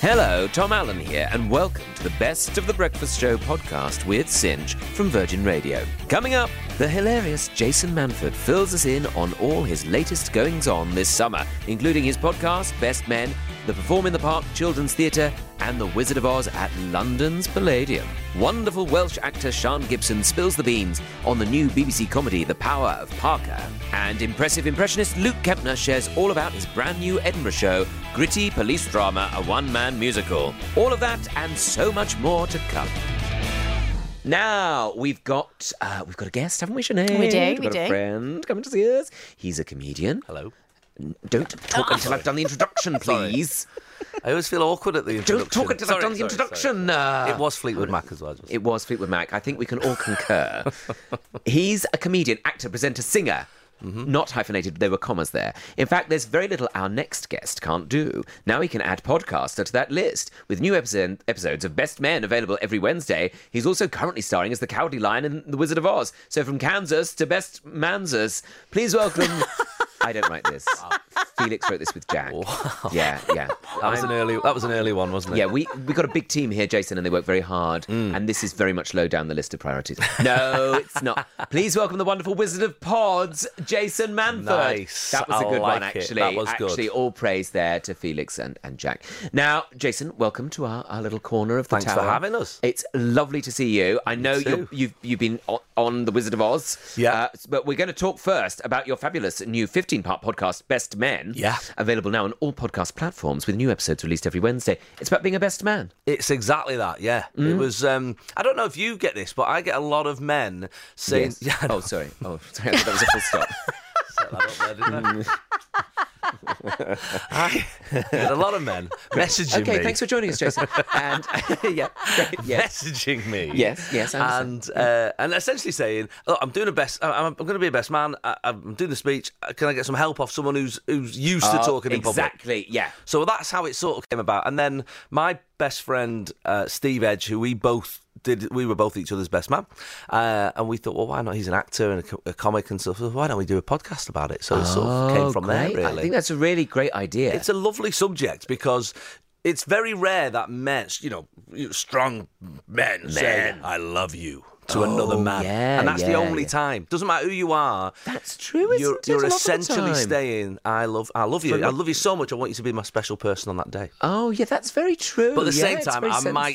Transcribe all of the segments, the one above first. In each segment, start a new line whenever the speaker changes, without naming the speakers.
Hello, Tom Allen here, and welcome to the Best of the Breakfast Show podcast with Singe from Virgin Radio. Coming up, the hilarious Jason Manford fills us in on all his latest goings on this summer, including his podcast, Best Men, the Perform in the Park Children's Theatre, and The Wizard of Oz at London's Palladium. Wonderful Welsh actor Sean Gibson spills the beans on the new BBC comedy The Power of Parker. And impressive impressionist Luke Kempner shares all about his brand new Edinburgh show, Gritty Police Drama, a one man musical. All of that and so much more to come. Now we've got uh, we've got a guest, haven't we, Sinead?
We do,
We've
we
got a
do.
friend coming to see us. He's a comedian.
Hello.
Don't talk until I've done the introduction, please.
I always feel awkward at the introduction.
Don't talk until
Sorry,
I've done the
sorry, sorry.
introduction. uh,
It was Fleetwood Mac as well. Just.
It was Fleetwood Mac. I think we can all concur. He's a comedian, actor, presenter, singer.
Mm-hmm.
Not hyphenated, there were commas there. In fact, there's very little our next guest can't do. Now he can add podcaster to that list. With new episode, episodes of Best Men available every Wednesday, he's also currently starring as the Cowardly Lion in The Wizard of Oz. So from Kansas to Best Manzas, please welcome. I don't write this. Felix wrote this with Jack. Yeah, yeah.
that was an early. That was an early one, wasn't it?
Yeah, we we got a big team here, Jason, and they work very hard.
Mm.
And this is very much low down the list of priorities. No, it's not. Please welcome the wonderful Wizard of Pods, Jason Manford.
Nice.
That was a
I
good one,
like it.
actually.
That was good.
actually, all praise there to Felix and, and Jack. Now, Jason, welcome to our, our little corner of the
Thanks for
tower.
having us.
It's lovely to see you. I know you're,
too.
you've you've been on, on the Wizard of Oz. Uh,
Yeah.
but we're going to talk first about your fabulous new 15 part podcast, Best Men.
Yeah.
Available now on all podcast platforms with new episodes released every Wednesday. It's about being a best man.
It's exactly that. Yeah.
Mm.
It was. Um, I don't know if you get this, but I get a lot of men saying. Yeah, I
oh, sorry. Oh, sorry. I thought that was a full stop.
set that up there, didn't I? I get a lot of men messaging me.
okay, thanks for joining us, Jason. And yeah, great, yes.
messaging me.
Yes, yes, I
and
understand.
uh, and essentially saying, "Look, I'm doing a best. I'm, I'm going to be a best man. I, I'm doing the speech. Can I get some help off someone who's who's used to talking in public?"
Oh, exactly. Yeah.
So that's how it sort of came about. And then my best friend uh, Steve Edge, who we both did, we were both each other's best man, uh, and we thought, well, why not? He's an actor and a, co- a comic and stuff. So why don't we do a podcast about it? So it sort of came
Oh,
from
great.
there. Really,
I think that's a really great idea.
it's a lovely subject because it's very rare that men, you know, you- strong men, say, "I love you." To another man,
Oh, yeah,
and that's the
yeah,
only
yeah.
time. Doesn't matter who you are.
That's true, isn't
you're,
it,
You're
a lot of the
essentially
time?
staying. I love, I love you. I love you so much. I want you to be my special person on that day.
oh, yeah, that's very true.
But at the
Yeah,
same
it's
time,
very
I
sen-
might, I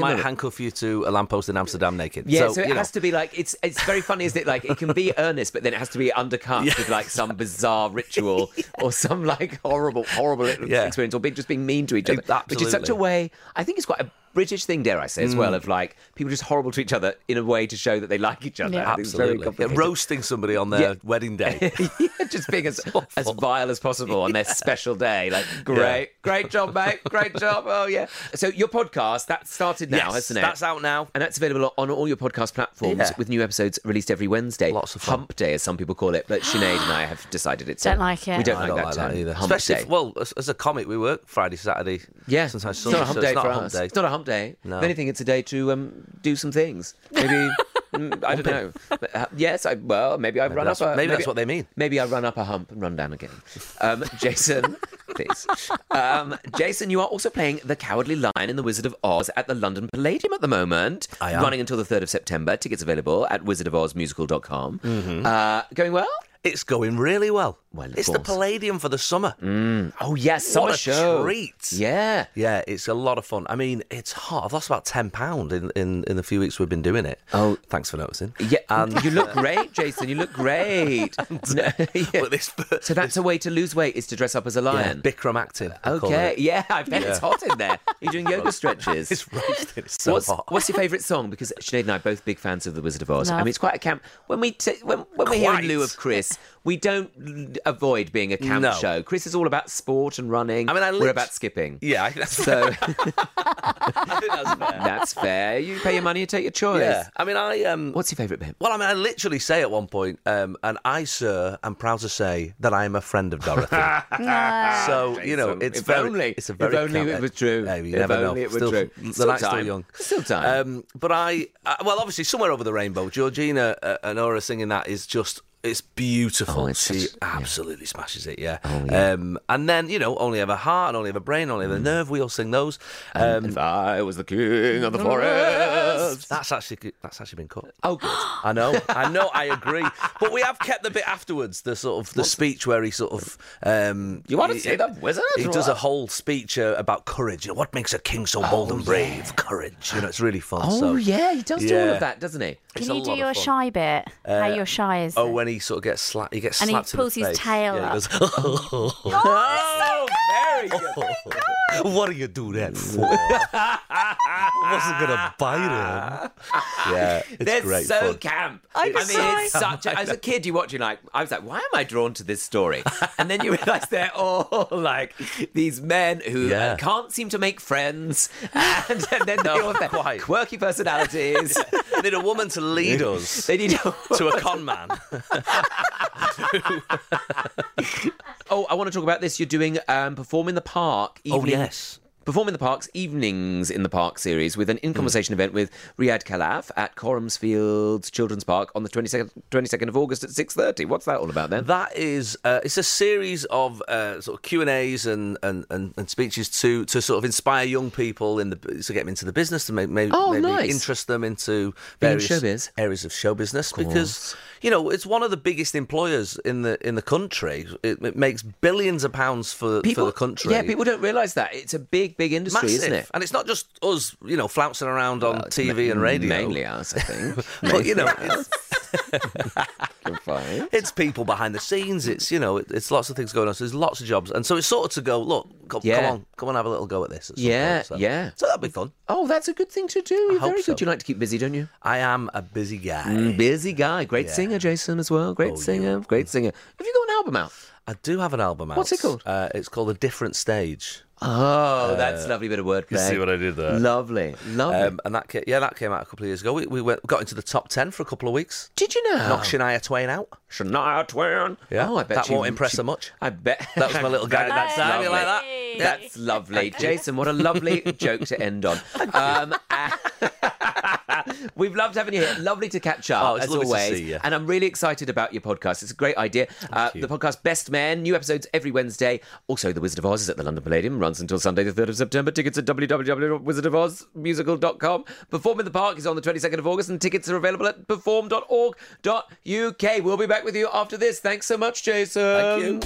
might
moment.
handcuff you to a lamppost in Amsterdam naked.
Yeah, so, it
you know.
has to be like it's it's very funny, isn't it? Like it can be earnest, but then it has to be undercut with like some bizarre ritual or some like horrible, horrible
Yeah.
experience, or being, just being mean to each other. Which is such a
Absolutely. Mm.
way. I think it's quite a British thing, dare I say, as well, of like people just horrible to each other in a way to show that they like each other.
Yeah.
I think it's very
absolutely Yeah,
complicated.
roasting somebody on their
Yeah.
wedding day.
Yeah, just being as, as vile as possible on their special day. Like, great, great job, mate. Great job. Oh, yeah. So, your podcast, that started now,
Yes,
hasn't it?
that's out now.
And that's available on all your podcast platforms
Yeah.
with new episodes released every Wednesday.
Lots of fun.
Hump day, as some people call it. But Sinead and I have decided it's
Don't
a-
like it.
We don't
No,
I
like
don't
that
like
term.
that either.
Hump
Especially,
day.
if- well, as, as a comic, we work Friday, Saturday.
yeah,
sometimes
it's not
Sunday.
a hump
so
day
it's not
for
a hump
us.
day.
It's not a hump day.
No.
If anything, it's a day to um, do some things. Maybe mm, I don't know. But, uh, yes, I, well, maybe I've run up.
that's-
A,
maybe that's what they mean.
Maybe I run up a hump and run down again. Um, Jason, please. Um, Jason, you are also playing the Cowardly Lion in The Wizard of Oz at the London Palladium at the moment.
I am.
Running until the 3rd of September. Tickets available at wizardofozmusical.com. Uh, going well?
Mm-hmm. It's going really well.
Well, of
it's the
course.
Palladium for the summer.
Oh, yes,
What
summer
a
show.
treat.
Yeah.
Yeah, it's a lot of fun. I mean, it's hot. I've lost about ten pound in, in in the few weeks we've been doing it.
Oh.
thanks for noticing.
Yeah, you look great, Jason. You look great. No, yeah.
But this,
So that's a way to lose weight is to dress up as a
yeah,
lion.
Bikram acting. I call
okay,
it.
yeah, I bet it's hot in there. You're doing yoga stretches.
it's roasting. It's so
What's,
hot.
what's your favourite song? Because Sinead and I are both big fans of The Wizard of Oz. I
Love.
mean, it's quite a camp. When we t- when, when we're here in
Quite.
lieu of Chris, we don't l- avoid being a camp
No.
show. Chris is all about sport and running.
I mean, I
we're
lit-
about skipping.
Yeah, I- that's
So
I think that's fair.
That's fair. You pay your money, you take your choice.
Yeah. I mean, I um.
What's your favourite bit?
Well, I mean, I literally say at one point, um, and I, sir, am proud to say that I am a friend of Dorothy. so you know,
Jason,
it's
if
very,
only-
it's a
if
very
only
clever-
it was true.
Hey, you
If
never know.
only it was
Still-
true.
The
Still
night's still
time.
young.
Still time.
Um, but I, I, well, obviously, somewhere over the rainbow, Georgina uh, and Aura singing that is just. It's beautiful.
Oh, it's
she
such- yeah. Oh,
absolutely smashes it, yeah. Um, and then, you know, only ever heart, and only ever brain, only ever nerve. We all sing those. Um,
Mm. if I was the king of the forest.
that's actually that's actually been cut.
Oh, good.
I know, I know, I agree. But we have kept the bit afterwards, the sort of the speech where he sort of. Um,
You want to
he-
say that wizard?
He
or
does a
what?
whole speech uh, about courage. You know, what makes a king so bold and brave? Courage. You know, it's really fun.
Oh
so.
yeah, he does do all
Yeah.
of that, doesn't he?
It's
Can
a
you do
lot of
your
fun.
shy bit?
Uh,
How your shy is?
Oh, when he sort of gets slapped, he gets
And he
slapped. in the
pulls his
face.
tail
Yeah,
up.
he goes, oh,
Oh,
very good. what do you do that for? I wasn't gonna bite him. Yeah, it's
They're
great
so
fun.
camp. i mean, it's such. A, as a kid, you watch it like I was like, why am I drawn to this story? And then you realise they're all like these men who
Yeah.
uh, can't seem to make friends, and, and then they all have their
quite.
quirky personalities.
We need a woman to lead us
they need.
to a con man.
oh, I want to talk about this. You're doing um, perform in the park. Evening,
Oh, yes. Mm.
Perform in the Park's Evenings in the Park series with an in conversation event with Riyad Khalaf at Corumsfield Children's Park on the 22nd, 22nd of August at 6.30. What's that all about then?
That is, uh, it's a series of uh, sort of Q and A's and, and, and, and speeches to to sort of inspire young people in the to get them into the business to maybe, maybe,
Oh,
maybe
nice.
interest them into
Being in
various
showbiz.
areas of show business because you know it's one of the biggest employers in the in the country. It, it makes billions of pounds for for the country.
Yeah, people don't realise that. It's a big, big industry,
Massive.
isn't it?
And it's not just us, you know, flouncing around on TV and radio.
Mainly us, I think.
But, you know, it's-
You're fine.
it's people behind the scenes. It's you know, it, it's lots of things going on. So there's lots of jobs, and so it's sort of to go. Look, co- come
Yeah.
on, come on, have a little go at this. at some
Yeah,
point, so.
yeah.
So that'd be fun.
Oh, that's a good thing to do. You're
hope
very
so.
good. You like to keep busy, don't you? Mm,
I am a busy guy.
Busy guy. Great singer, Jason, as well. Great singer. Great singer. Have you got an album out?
Oh, I do have an album out.
What's it called?
Uh, it's called A Different Stage.
Oh, that's a lovely bit of wordplay.
Uh, see what I did there?
Lovely. Lovely.
Um, and that came, yeah, that came out a couple of years ago. We, we went, got into the top ten for a couple of weeks.
Did you know?
Knocked Shania Twain out.
Shania Twain.
Yeah.
Oh, I bet
That
you-
won't impress
she-
her much.
I bet
That was my little guy.
That's
That's-
lovely.
you like that?
That's lovely, Jason. What a lovely joke to end on. Um, and- we've loved having you here. Lovely to catch up
Oh, it's
as
lovely to
always.
see you.
And I'm really excited about your podcast. It's a great idea. Uh, the podcast Best Men, new episodes every Wednesday. Also, The Wizard of Oz is at the London Palladium, runs until Sunday, the 3rd of September. Tickets at www.wizardofozmusical.com. Perform in the Park is on the 22nd of August, and tickets are available at perform.org.uk. We'll be back with you after this. Thanks so much, Jason.
Thank you.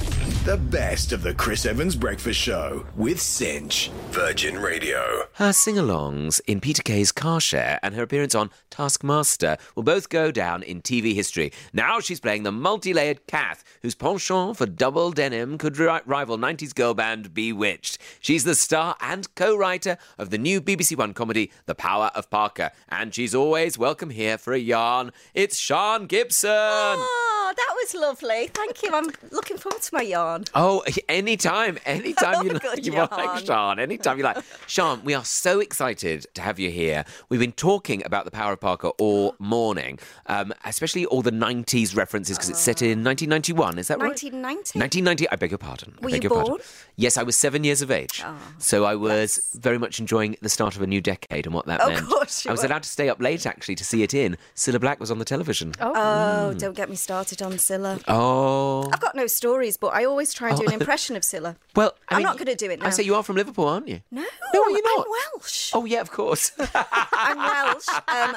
The best of the Chris Evans Breakfast Show with Cinch. Virgin Radio.
Her sing alongs in Peter Kay's car share and her appearance on Taskmaster will both go down in TV history. Now she's playing the multi layered Kath, whose penchant for double denim could ri- rival 90s girl band Bewitched. She's the star and co writer of the new BBC One comedy, The Power of Parker. And she's always welcome here for a yarn. It's Sean Gibson.
Oh, that was lovely. Thank you. I'm looking forward to my yarn.
Oh, anytime, anytime you,
Oh,
like,
good
you want, like
yarn.
Sean, anytime you like. Sean, we are so excited to have you here. We've been talking about the Power of Parker
Mm.
all morning, um, especially all the 90s references because it's set
Ah.
in 1991, is that right?
1990?
1990, I beg your pardon. I
Were
beg
you
your
born? Ah,
Pardon. Yes, I was seven years of age. so I was very much enjoying the start of a new decade and what that meant.
course you
I was
were.
allowed to stay up late actually to see it in. Cilla Black was on the television. Oh.
Oh, don't get me started on Scylla. I've got no stories, but I always try and do an impression of Scylla.
Oh. Well, I
I'm
mean,
not gonna do it
I
now.
say you are from Liverpool, aren't you?
No,
No, are you
I'm
not?
Welsh.
Oh yeah, of course.
I'm Welsh. Um,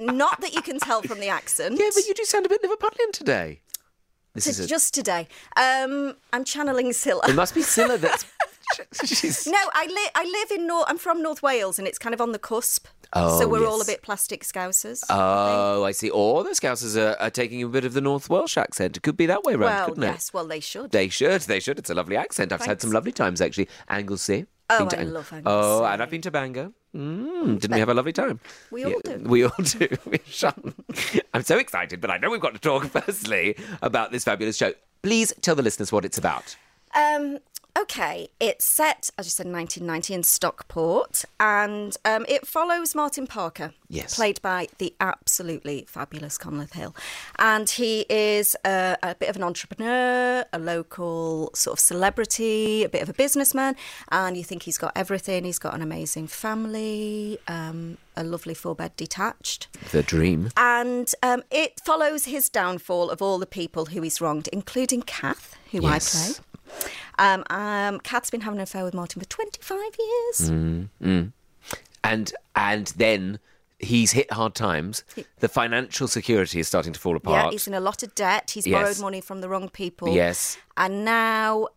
not that you can tell from the accent.
Yeah, but you do sound a bit Liverpudlian today. This
To-
is a,
just today. Um, I'm channeling Scylla.
It must be Scylla that's. She's,
No, I, li- I live in North. I'm from North Wales, and it's kind of on the cusp.
Oh,
so we're all a
yes.
bit plastic scousers.
Oh, I see. Or the Scousers are, are taking a bit of the North Welsh accent. It could be that way round,
well,
couldn't it?
yes. Well, they should.
They should. They should. It's a lovely accent. I've had some
Thanks.
lovely times actually. Anglesey.
Oh,
Been to
I
Ang-
love Anglesey.
Oh, and I've been to Bangor. Mm, didn't we have a lovely time?
We all do.
We all do. Sean, I'm so excited, but I know we've got to talk firstly about this fabulous show. Please tell the listeners what it's about.
Um, Okay, it's set, as you said, in 1990 in Stockport, and um, it follows Martin Parker,
Yes.
played by the absolutely fabulous Conleth Hill, and he is a, a bit of an entrepreneur, a local sort of celebrity, a bit of a businessman, and you think he's got everything. He's got an amazing family, um, a lovely four bed detached,
The dream.
and um, it follows his downfall of all the people who he's wronged, including Kath, who I
Yes.
play. Um, um, Kath's been having an affair with Martin for 25 years.
Mm-hmm. Mm. And and then he's hit hard times. The financial security is starting to fall apart.
Yeah, he's in a lot of debt. He's
Yes.
borrowed money from the wrong people.
Yes.
And now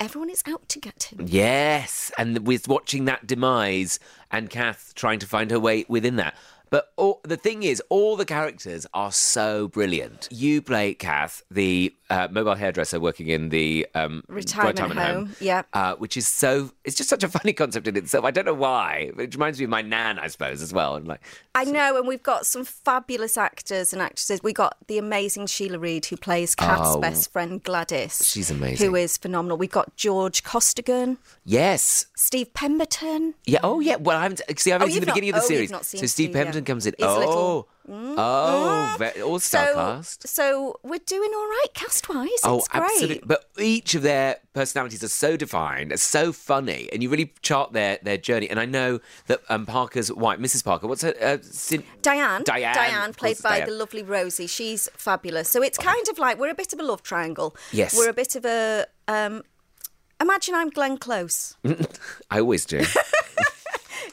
everyone is out to get him.
Yes, and with watching that demise and Kath trying to find her way within that. But all, the thing is, all the characters are so brilliant. You play Kath, the uh, mobile hairdresser working in the um,
Retirement home, yeah.
uh, which is so. It's just such a funny concept in itself. I don't know why. but It reminds me of my nan, I suppose, as well. And like,
I know, and we've got some fabulous actors and actresses. We got the amazing Sheila Reid, who plays Kath's
Oh.
best friend Gladys.
She's amazing.
Who is phenomenal. We've got George Costigan,
yes,
Steve Pemberton.
yeah, oh yeah. Well, I haven't. See, I
Oh,
haven't seen the
you've not-
beginning
oh,
of the
you've
series.
not seen
so Steve
Steve, yeah.
Pemberton comes in.
He's a
oh,
little- Mm. Mm-hmm.
oh, ve- all star cast.
So we're doing all right cast wise. it's great.
Oh, absolute- But each of their personalities are so defined, are so funny, and you really chart their their journey. And I know that um, Parker's wife, Mrs. Parker, what's her? Uh, Sin-
Diane,
Diane, of course
played
it's
by
Diane. Oh.
the lovely Rosie. She's fabulous. So it's kind of like we're a bit of a love triangle.
Yes.
we're a bit of a. Um, imagine I'm Glenn Close
I always do.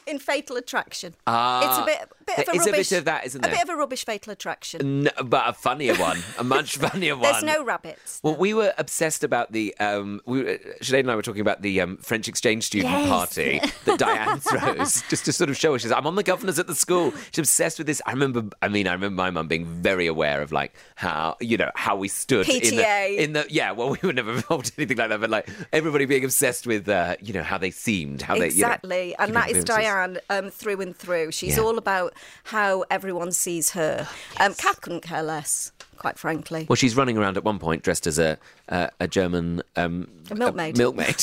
in Fatal Attraction.
Ah,
it's a bit, bit
there
of a
is a bit
rubbish.
of that, isn't
A
there?
bit of a rubbish Fatal Attraction.
no, but a funnier one, a much funnier one.
There's no rabbits.
Well, we were obsessed about the. Um, we, were- Sinead and I were talking about the um, French exchange student
Yes.
party that Diane throws, just to sort of show us. She's like, I'm on the governors at the school. She's obsessed with this. I remember. I mean, I remember my mum being very aware of like how you know how we stood in
PTA.
the in the yeah. Well, we were never involved in anything like that, but like everybody being obsessed with uh, you know how they seemed, how they
Exactly,
you know,
and that is
appearances.
Diane um, through and through. She's
Yeah. Oh,
all about how everyone sees her. Um, Kath couldn't care less, quite frankly.
Well, she's running around at one point dressed as a uh, a German um,
A milkmaid.
milkmaid.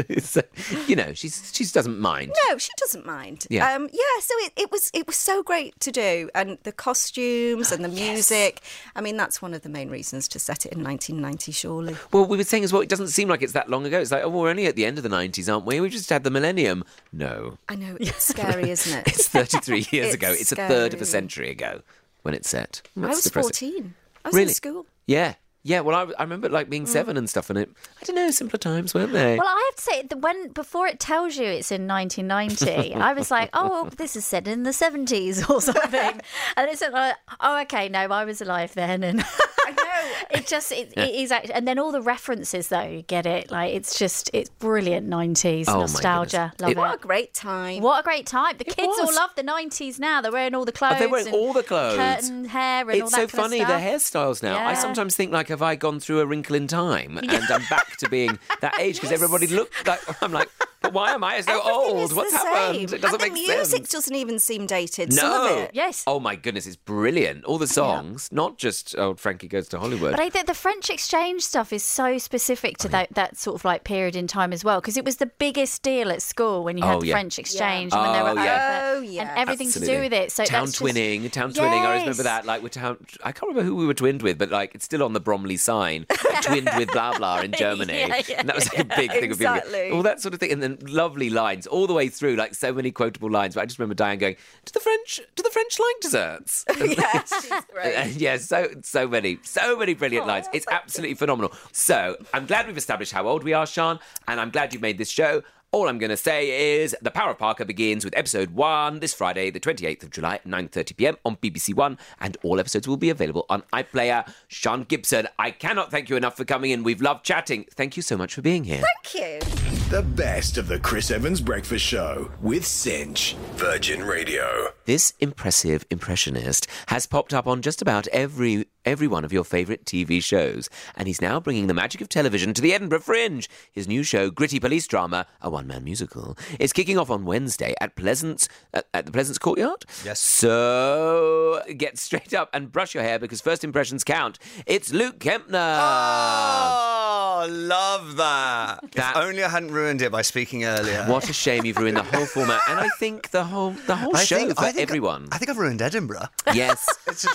so, you know, she's she doesn't mind.
No, she doesn't mind.
Yeah.
Um, yeah. So it, it was it was so great to do, and the costumes
Oh,
and the music. I mean, that's one of the main reasons to set it in 1990. Surely.
Well, we were saying as well, it doesn't seem like it's that long ago. It's like, oh, we're only at the end of the 90s, aren't we? We just had the millennium. No,
I know it's scary, isn't it?
it's 33 years
It's
ago. It's a third of a
scary.
century ago when it's set.
I
That's
was
depressing.
14. I was
Really?
in school. Mm.
Yeah. Yeah, well, I, I remember it, like being seven and stuff, and it, I don't know, simpler times, weren't they?
Well, I have to say, the when before it tells you it's in 1990, I was like, oh, well, this is set in the 70s or something, and it's like, oh, okay, no, I was alive then, and I know it just it, it is actually, and then all the references though, you get it, like it's just it's brilliant 90s
Oh, my
nostalgia,
goodness. It-
love it.
What a great time.
What a great time! The kids all
was.
love the '90s now. They're wearing all the clothes.
they're wearing
and
all the clothes.
curtain hair, and all
it's
that
so
kind
funny,
of
the
stuff.
hairstyles now. I
Yeah.
sometimes think, like, have I gone through a wrinkle in time and I'm back to being that age? Because everybody looked like, I'm like, but why am I so
Everything
old?
is
What's
the
happened?
same.
It
and
doesn't make
the music
sense.
doesn't even seem dated.
No.
Some of it.
Yes.
Oh my goodness, it's brilliant. All the songs, not just old Frankie goes to Hollywood.
But I think the French exchange stuff is so specific
Oh,
to that, that sort of like period in time as well, because it was the biggest deal at school when you
Oh,
had the
yeah.
French exchange
Oh,
and when they were
yeah.
over
Oh, yeah.
and everything to do
Absolutely.
with it. So
town
that's just-
twinning, town twinning. I always remember
Yes.
that. Like we're town, I can't remember who we were twinned with, but like it's still on the Bromley sign, twinned with blah blah in Germany.
Yeah, yeah,
and that was like, a big thing. with people-
Exactly.
All that sort of thing, and then lovely lines all the way through. Like so many quotable lines. But I just remember Diane going, "Do the French? Do the French like desserts?"
Yeah, she's great.
And yeah, so so many, so many brilliant lines. It's absolutely phenomenal. So I'm glad we've established how old we are, Sean, and I'm glad you've made this show. All I'm going to say is the Power of Parker begins with episode one this Friday, the 28th of July, 9:30 p.m. on BBC One, and all episodes will be available on iPlayer. Sean Gibson, I cannot thank you enough for coming in. We've loved chatting. Thank you so much for being here.
Thank you.
The best of the Chris Evans Breakfast Show with Cinch. Virgin Radio.
This impressive impressionist has popped up on just about every every one of your favourite TV shows, and he's now bringing the magic of television to the Edinburgh Fringe. His new show, gritty police drama, a one-man musical, is kicking off on Wednesday at Pleasance at, at the Pleasance Courtyard. Yes. So get straight up and brush your hair because first impressions count. It's Luke Kempner.
Oh,
Oh, love that.
That-
If only I hadn't ruined it by speaking earlier.
What a shame you've ruined the whole format, and I think the whole the whole show for everyone.
I think I've ruined Edinburgh.
yes,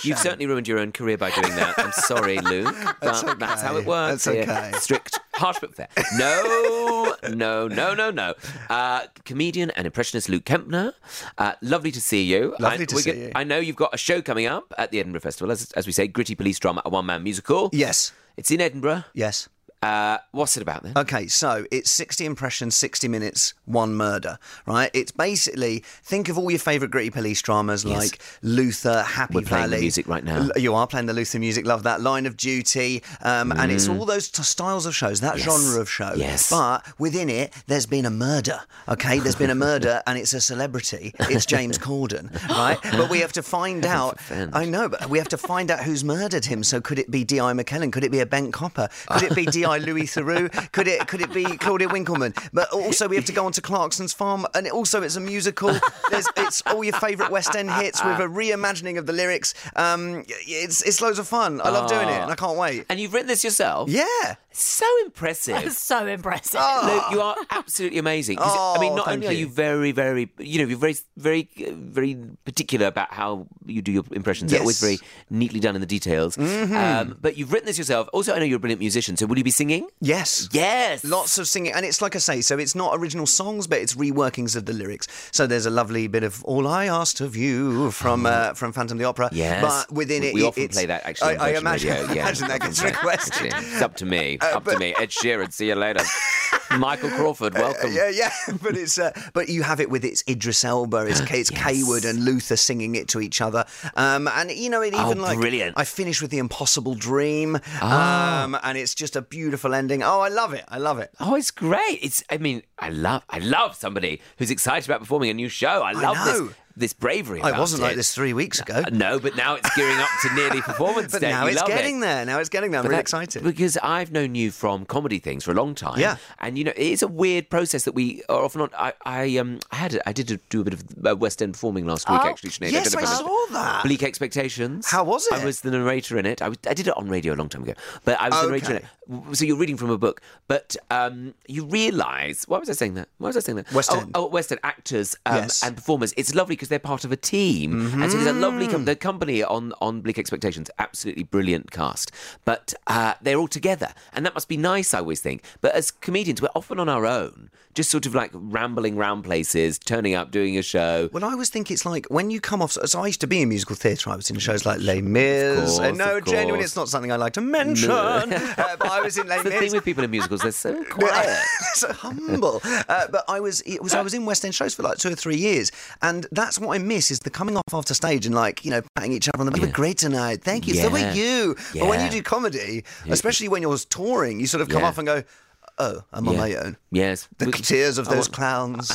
you've certainly ruined your own career by doing that. I'm sorry, Luke, but that's, how it
okay.
works.
That's
here.
okay.
Strict, harsh but fair. No, no, no, no, no. Uh, comedian and impressionist Luke Kempner. Uh, lovely to see you.
Lovely
I,
to
we're
see
go-
you.
I know you've got a show coming up at the Edinburgh Festival, as, as we say, gritty police drama, a one man musical.
Yes.
It's in Edinburgh.
Yes.
Uh, what's it about then?
Okay, so it's 60 impressions, 60 minutes, one murder, right? It's basically think of all your favourite gritty police dramas like Luther, Happy
We're playing the
Valley.
music right now.
L- You are playing the Luther music, love that. Line of Duty. Um, And it's all those t- styles of shows, that genre of show.
Mm. Yes.
But within it, there's been a murder, okay? There's been a murder and it's a celebrity. It's James Corden, right? But we have to find out.
forfend.
I know, but we have to find out who's murdered him. So could it be D.I. McKellen? Could it be a bank copper? Could it be D.I. Louis Theroux? Could it could it be Claudia Winkleman? But also we have to go on to Clarkson's Farm, and also it's a musical. There's, it's all your favourite West End hits with a reimagining of the lyrics. Um, it's it's loads of fun. I love doing it, and I can't wait.
And you've written this yourself?
Yeah.
So impressive.
so impressive.
Luke, you are absolutely amazing. 'Cause, I mean,
Oh,
not
thank
only are you
you.
very, very, you know, you're very, very, uh, very particular about how you do your impressions. They're always very
Yes. Mm-hmm.
neatly done in the details. Um, but you've written this yourself. Also, I know you're a brilliant musician. So, will you be singing?
Yes.
Yes.
Lots of singing, and it's like I say, so it's not original songs, but it's reworkings of the lyrics. So there's a lovely bit of "All I Asked of You" from uh, from Phantom of the Opera.
Mm. Yes.
but within
we,
it,
we
it-
often
it's-
play that actually.
I, I
on Virgin
imagine,
Radio.
I
Yeah,
imagine that
often
gets
play.
requested.
Yeah, It's up to me.
Uh,
Up to me. Ed Sheeran. See you later. Michael Crawford. Welcome.
Uh, Yeah, yeah, but it's uh, but you have it with it's Idris Elba, it's, it's Kayward and Luther singing it to each other, um, and you know it even like
Oh, brilliant. Ah.
I finish with the Impossible Dream, um, and it's just a beautiful ending. Oh, I love it, I love it.
Oh, it's great! It's I mean, I love I love somebody who's excited about performing a new show. I love
know.
this this bravery.
I
about
Oh, wasn't
it.
like this three weeks ago.
Uh, No, but now it's gearing up to nearly performance
But
day.
now
You
it's
love
getting
it.
there. Now it's getting there. I'm
But
really
that-
excited.
Because I've known you from comedy things for a long time.
Yeah.
And, you know, it is a weird process that we are often on. I, I, um, I had, I did do a bit of uh, West End performing last week,
Oh.
actually, Sinead.
Yes,
did a
I
bit of-
saw that.
Bleak Expectations.
How was
I
it?
was the narrator in it. I, was, I did it on radio a long time ago. But I was the narrator in it.
Okay.
W- So you're reading from a book. But um, you realise. Why was I saying that? Why was I saying that?
West
Oh,
End.
Oh, West End actors um,
Yes. Mm-hmm.
and performers. It's lovely because they're part of a team, and so there's a lovely
Mm.
com- the company on on Bleak Expectations, absolutely brilliant cast. But uh, they're all together, and that must be nice. I always think. But as comedians, we're often on our own, just sort of like rambling round places, turning up, doing a show.
Well, I always think it's like when you come off. So I used to be in musical theatre. I was in shows like Les Mis.
course,
and Uh, no,
of
genuinely,
course.
it's not something I like to mention. uh, but I was in Les
That's the thing
Mis.
with people in musicals, they're so quiet.
so humble. Uh, but I was it was I was in West End shows for like two or three years, and that's what I miss is the coming off after stage and like you know patting each other on the back. "You were Great tonight, thank you. So
Yeah.
were you. But when
Yeah.
you do comedy, especially when you're touring, you sort of come
Yeah.
off and go, oh, I'm on
Yeah.
my own.
Yes.
The
We-
tears of those clowns.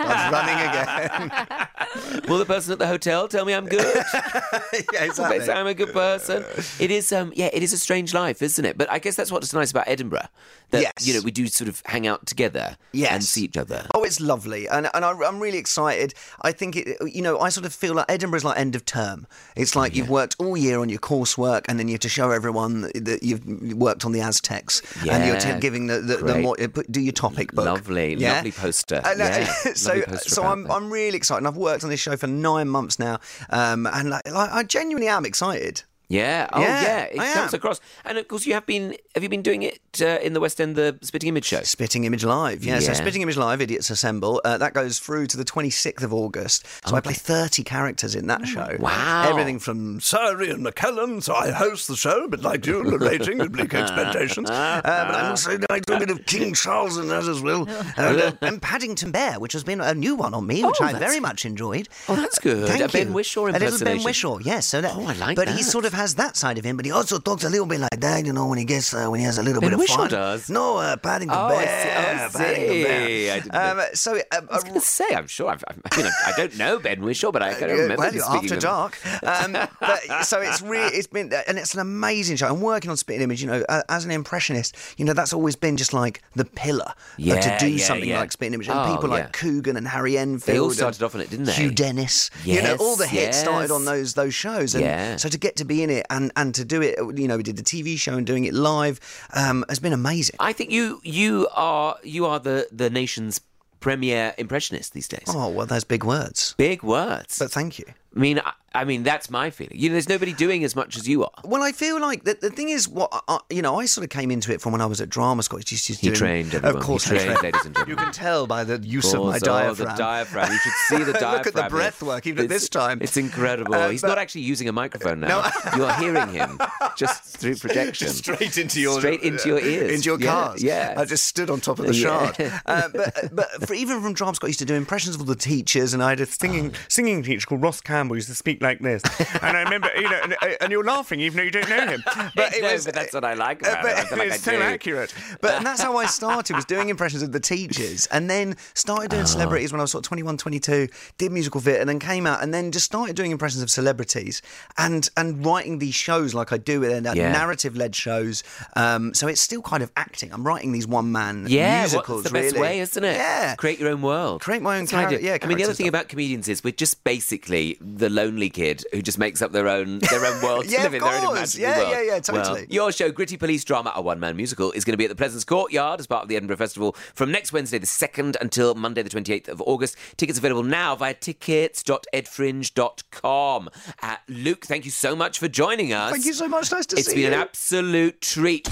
I'm running again.
Will the person at the hotel tell me I'm good?
yeah,
They
exactly.
say I'm a good person. It is, um, yeah, it is a strange life, isn't it? But I guess that's what's nice about Edinburgh. That
Yes.
you know we do sort of hang out together and
Yes.
see each other.
Oh, it's lovely, and and I, I'm really excited. I think it, you know, I sort of feel like Edinburgh's like end of term. It's like you've worked all year on your coursework, and then you have to show everyone that- that you've worked on the Aztecs, and you're
Yeah,
t- giving the the, the
great.
more do your topic book.
Lovely, lovely poster.
And, uh,
Yeah,
so
lovely poster
so
about
I'm
that.
I'm really excited. I've worked on this show for nine months now, um, and like, like, I genuinely am excited.
Yeah. Oh, yeah.
Yeah,
It
I
comes
am.
across. And of course, you have been. Have you been doing it uh, in the West End, the Spitting Image show?
Spitting Image Live. Yeah, so
Yeah.
Spitting Image Live, Idiots Assemble, uh, that goes through to the 26th of August. So I play 30 characters in that show.
Mm. Wow.
Everything from Sir Ian McKellen, so I host the show, but like you, narrating with bleak expectations. Uh, but I'm also I do a bit of King Charles in that as well. And, uh, and Paddington Bear, which has been a new one on me, which I very much enjoyed.
Oh, that's good.
Thank
A Ben
you. A
Whishaw
little Ben
impersonation.
Wishaw, yes. So that,
Oh, I like
But
that.
he sort of has that side of him, but he also talks a little bit like that, you know, when he gets, uh, when he has a little
Ben
bit of
Whishaw
fun.
does?
No, uh, Paddington
Oh, I see.
Bear,
Oh, I
Paddington Bear.
see. I didn't
Um,
know.
so, um,
I was going to say, I'm sure. I've, I've, I mean, I I don't know Ben Wishaw, but I, I don't remember
well,
him speaking
after
of-
dark. Um, but, so it's really, it's been, and it's an amazing show. I'm working on Spitting Image, you know, uh, as an impressionist, you know, that's always been just like the pillar uh,
Yeah,
to do
yeah,
something
yeah.
like Spitting Image. And
Oh,
people
yeah.
like Coogan and Harry Enfield.
They all
and
started off on it, didn't they?
Hugh Dennis. you know, all the hits
Yes,
started on
yes.
those those shows. And
Yeah.
so to get to be in doing it and, and to do it, you know, we did the TV show and doing it live um, has been amazing.
I think you you are you are the the nation's premier impressionist these days.
Oh, well, those big words.
Big words.
But thank you.
I mean, I, I mean that's my feeling. You know, there's nobody doing as much as you are.
Well, I feel like the, the thing is, what I, I- you know, I sort of came into it from when I was at drama school. It's just, just
He
doing-
trained everyone.
of course,
he
I
trained, ladies and
You
gentlemen.
can tell by the use of my
Also,
diaphragm.
Oh, The diaphragm. You should see the diaphragm.
Look at the breath work, even at
It's-
this time.
It's incredible.
Uh,
He's
but-
not actually using a microphone now. You're hearing him just through projection.
Just straight into your
Straight into your ears.
into your
Yeah,
cars.
Yeah.
I just stood on top of the
Yeah.
shard. Uh, but but for, even from drama school, I used to do impressions of all the teachers, and I had a singing singing teacher called Ross Campbell who used to speak like this. And I remember, you know, and, uh, and you're laughing even though you don't know him. But it
No,
was,
but that's what I like
uh,
about it. I feel
but
like
it's so
I do.
accurate. But and that's how I started was doing impressions of the teachers, and then started
Ah.
doing celebrities when I was sort of 21, 22. Did musical theatre, and then came out, and then just started doing impressions of celebrities, and and writing these shows like I do, and uh,
Yeah.
narrative led shows. Um, so it's still kind of acting. I'm writing these one man
Yeah, what's
musicals.
the best
really.
way, isn't it?
Yeah.
create your own world.
Create my own
That's what I
charac-
do.
yeah,
I mean, the
character
other thing
stuff.
about comedians is we're just basically the lonely kid who just makes up their own their own world, to
Yeah,
live
of
in their own
course.
imaginary
Yeah,
world.
yeah, yeah,
Well,
totally.
your show, Gritty Police Drama, a one man musical, is going to be at the Pleasance Courtyard as part of the Edinburgh Festival from next Wednesday the second until Monday the twenty eighth of August. Tickets available now via tickets.edfringe.com. Uh, Luke, thank you so much for joining us.
Thank you so much. Nice to
It's
see
been
you.
an absolute treat.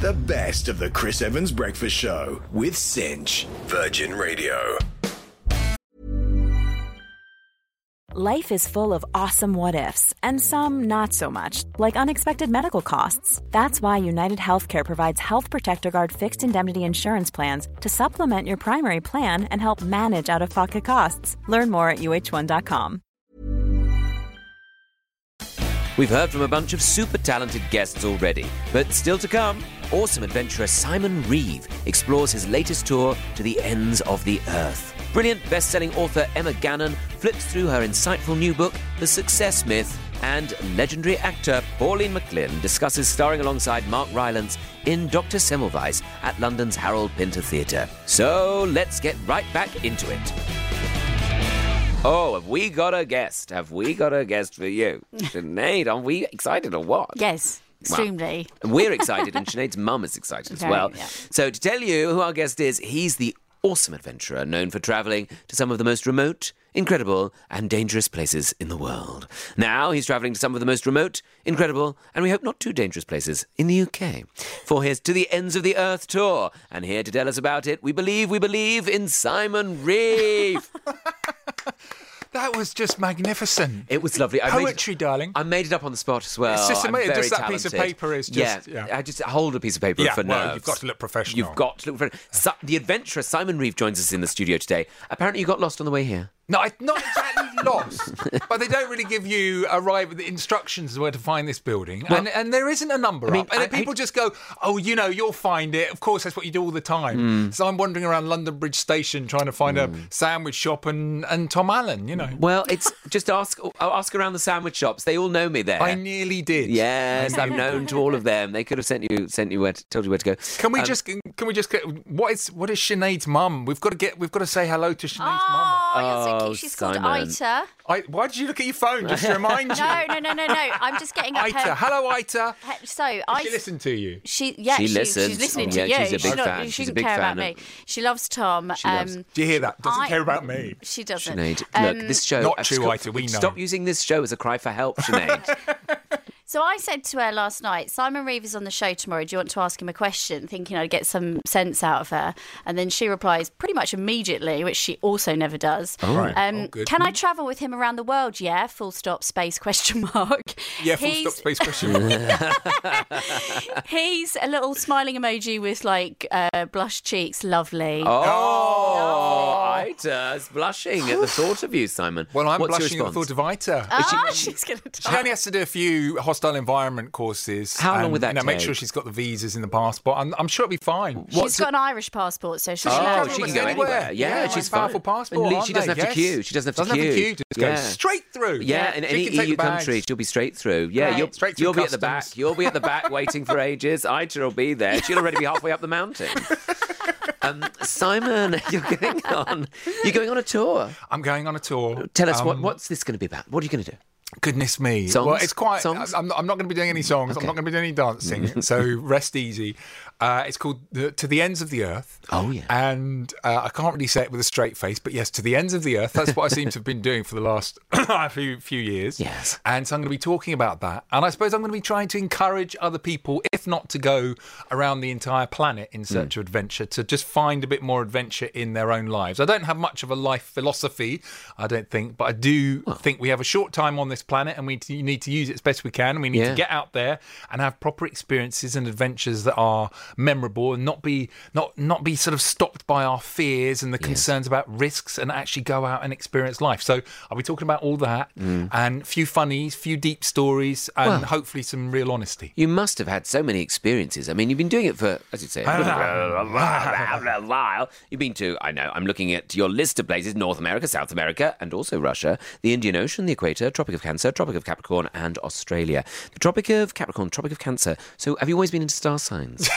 The best of the Chris Evans Breakfast Show with Cinch. Virgin Radio.
Life is full of awesome what ifs, and some not so much, like unexpected medical costs. That's why United Healthcare provides Health Protector Guard fixed indemnity insurance plans to supplement your primary plan and help manage out of pocket costs. Learn more at uh1.com.
We've heard from a bunch of super talented guests already, but still to come, awesome adventurer Simon Reeve explores his latest tour to the ends of the earth. Brilliant best selling author Emma Gannon flips through her insightful new book, The Success Myth, and legendary actor Pauline McLinn discusses starring alongside Mark Rylance in Dr. Semmelweis at London's Harold Pinter Theatre. So let's get right back into it. Oh, have we got a guest? Have we got a guest for you? Sinead, are we excited or what?
Yes, extremely.
And We're excited, and Sinead's mum is excited as
Very,
well.
yeah.
So, to tell you who our guest is, he's the awesome adventurer known for travelling to some of the most remote, incredible, and dangerous places in the world. Now, he's travelling to some of the most remote, incredible, and we hope not too dangerous places in the UK for his To the Ends of the Earth tour. And here to tell us about it, we believe, we believe in Simon Reeve.
That was just magnificent.
It was lovely. I
Poetry,
made,
darling.
I made it up on the spot as well.
It's just
I'm
amazing.
very
Just that piece of
talented.
paper is just- yeah.
I just hold a piece of paper
Yeah,
for
well,
nerves.
you've got to look professional.
You've got to look professional. So, the adventurer Simon Reeve joins us in the studio today. Apparently, you got lost on the way here.
No, I, not exactly lost, but they don't really give you arrive with the instructions as where to find this building, and, and there isn't a number
mean,
up, and
I-
then people
I-
just go, "Oh, you know, you'll find it." Of course, that's what you do all the
Hmm.
time. So I'm wandering around London Bridge Station trying to find a sandwich shop and and Tom Allen. You know,
Well, it's just ask ask around the sandwich shops. They all know me there.
I nearly did.
Yes, I'm known to all of them. They could have sent you sent you where to, told you where to go. Um,
Can we just can we just get what is what is Sinead's mum? We've got to get we've got to say hello to Sinead's mum.
Oh, you're so
Oh,
cute. She's
Simon.
called Ita.
I, why did you look at your phone just to remind you?
No, no, no, no, no. I'm just getting up
Ita, hello, Ita.
He- So I
She listened to you.
She yeah,
She
she,
listens. Oh,
she's listening
Yeah,
to you.
she's a big
not-
fan.
She
She's a
doesn't
big
care
fan
about me.
of-
She loves Tom. She
loves-
Do you hear that? Doesn't
Um, I-
care about me.
She doesn't.
Sinead, look,
Um,
this show.
Not
I've
true,
sco-
Ita, we know.
Stop using this show as a cry for help, Sinead.
So I said to her last night, Simon Reeve is on the show tomorrow. Do you want to ask him a question? Thinking I'd get some sense out of her. And then she replies pretty much immediately, which she also never does.
Oh,
Um,
good.
can I travel with him around the world? Yeah, full stop, space, question mark.
Yeah, full stop
He's-
space question.
He's a little smiling emoji with like uh, blush cheeks. Lovely.
Oh, Ida's blushing at the thought of you, Simon.
well, I'm
What's your
blushing at the
response?
thought of Ita.
Ah, she's going to
she only has to do a few hostile environment courses.
How long
and,
would that
you know, Make
take?
sure she's got the visas in the passport. I'm, I'm sure it'll be fine.
She's got an Irish passport, so she'll
Oh,
travel
she
with
can go
him.
anywhere. Yeah,
it's
she's
a powerful
fine.
passport.
And
aren't
she doesn't
they?
have to
Yes.
queue. She doesn't have to
doesn't Have to queue.
queue.
Just
Yeah.
go straight through.
Yeah, in
She
any
can take
EU
the bags.
country, she'll be straight through. Yeah,
Right.
you'll,
Straight through
you'll be at the
customs.
back. You'll be at the back waiting for ages. Ida will be there. She'll already be halfway up the mountain. Um, Simon, you're going on. You're going on a tour.
I'm going on a tour.
Tell us what,
Um,
what's this going to be about. What are you going to do?
Goodness me.
Songs?
Well, it's quite. uh,
Songs?
I'm not, I'm not going to be doing any songs. I'm not going to be doing any dancing. so rest easy. Uh, it's called the, To the Ends of the Earth.
Oh, yeah.
And uh, I can't really say it with a straight face, but yes, To the Ends of the Earth. That's what I seem to have been doing for the last few, few years.
Yes.
And so I'm going to be talking about that. And I suppose I'm going to be trying to encourage other people, if not to go around the entire planet in search
Mm.
of adventure, to just find a bit more adventure in their own lives. I don't have much of a life philosophy, I don't think, but I do think we have a short time on this planet and we t- need to use it as best we can. And we need
Yeah.
to get out there and have proper experiences and adventures that are memorable and not be not not be sort of stopped by our fears and the concerns about risks and actually go out and experience life. So I'll be talking about all that
Mm.
and few funnies, few deep stories, and hopefully some real honesty.
You must have had so many experiences. I mean, you've been doing it for, as you say,
Ah.
a while. You've been to, I know, I'm looking at your list of places North America, South America, and also Russia, the Indian Ocean, the equator, Tropic of Cancer, Tropic of Capricorn, and Australia. The Tropic of Capricorn, Tropic of Cancer. So have you always been into star signs?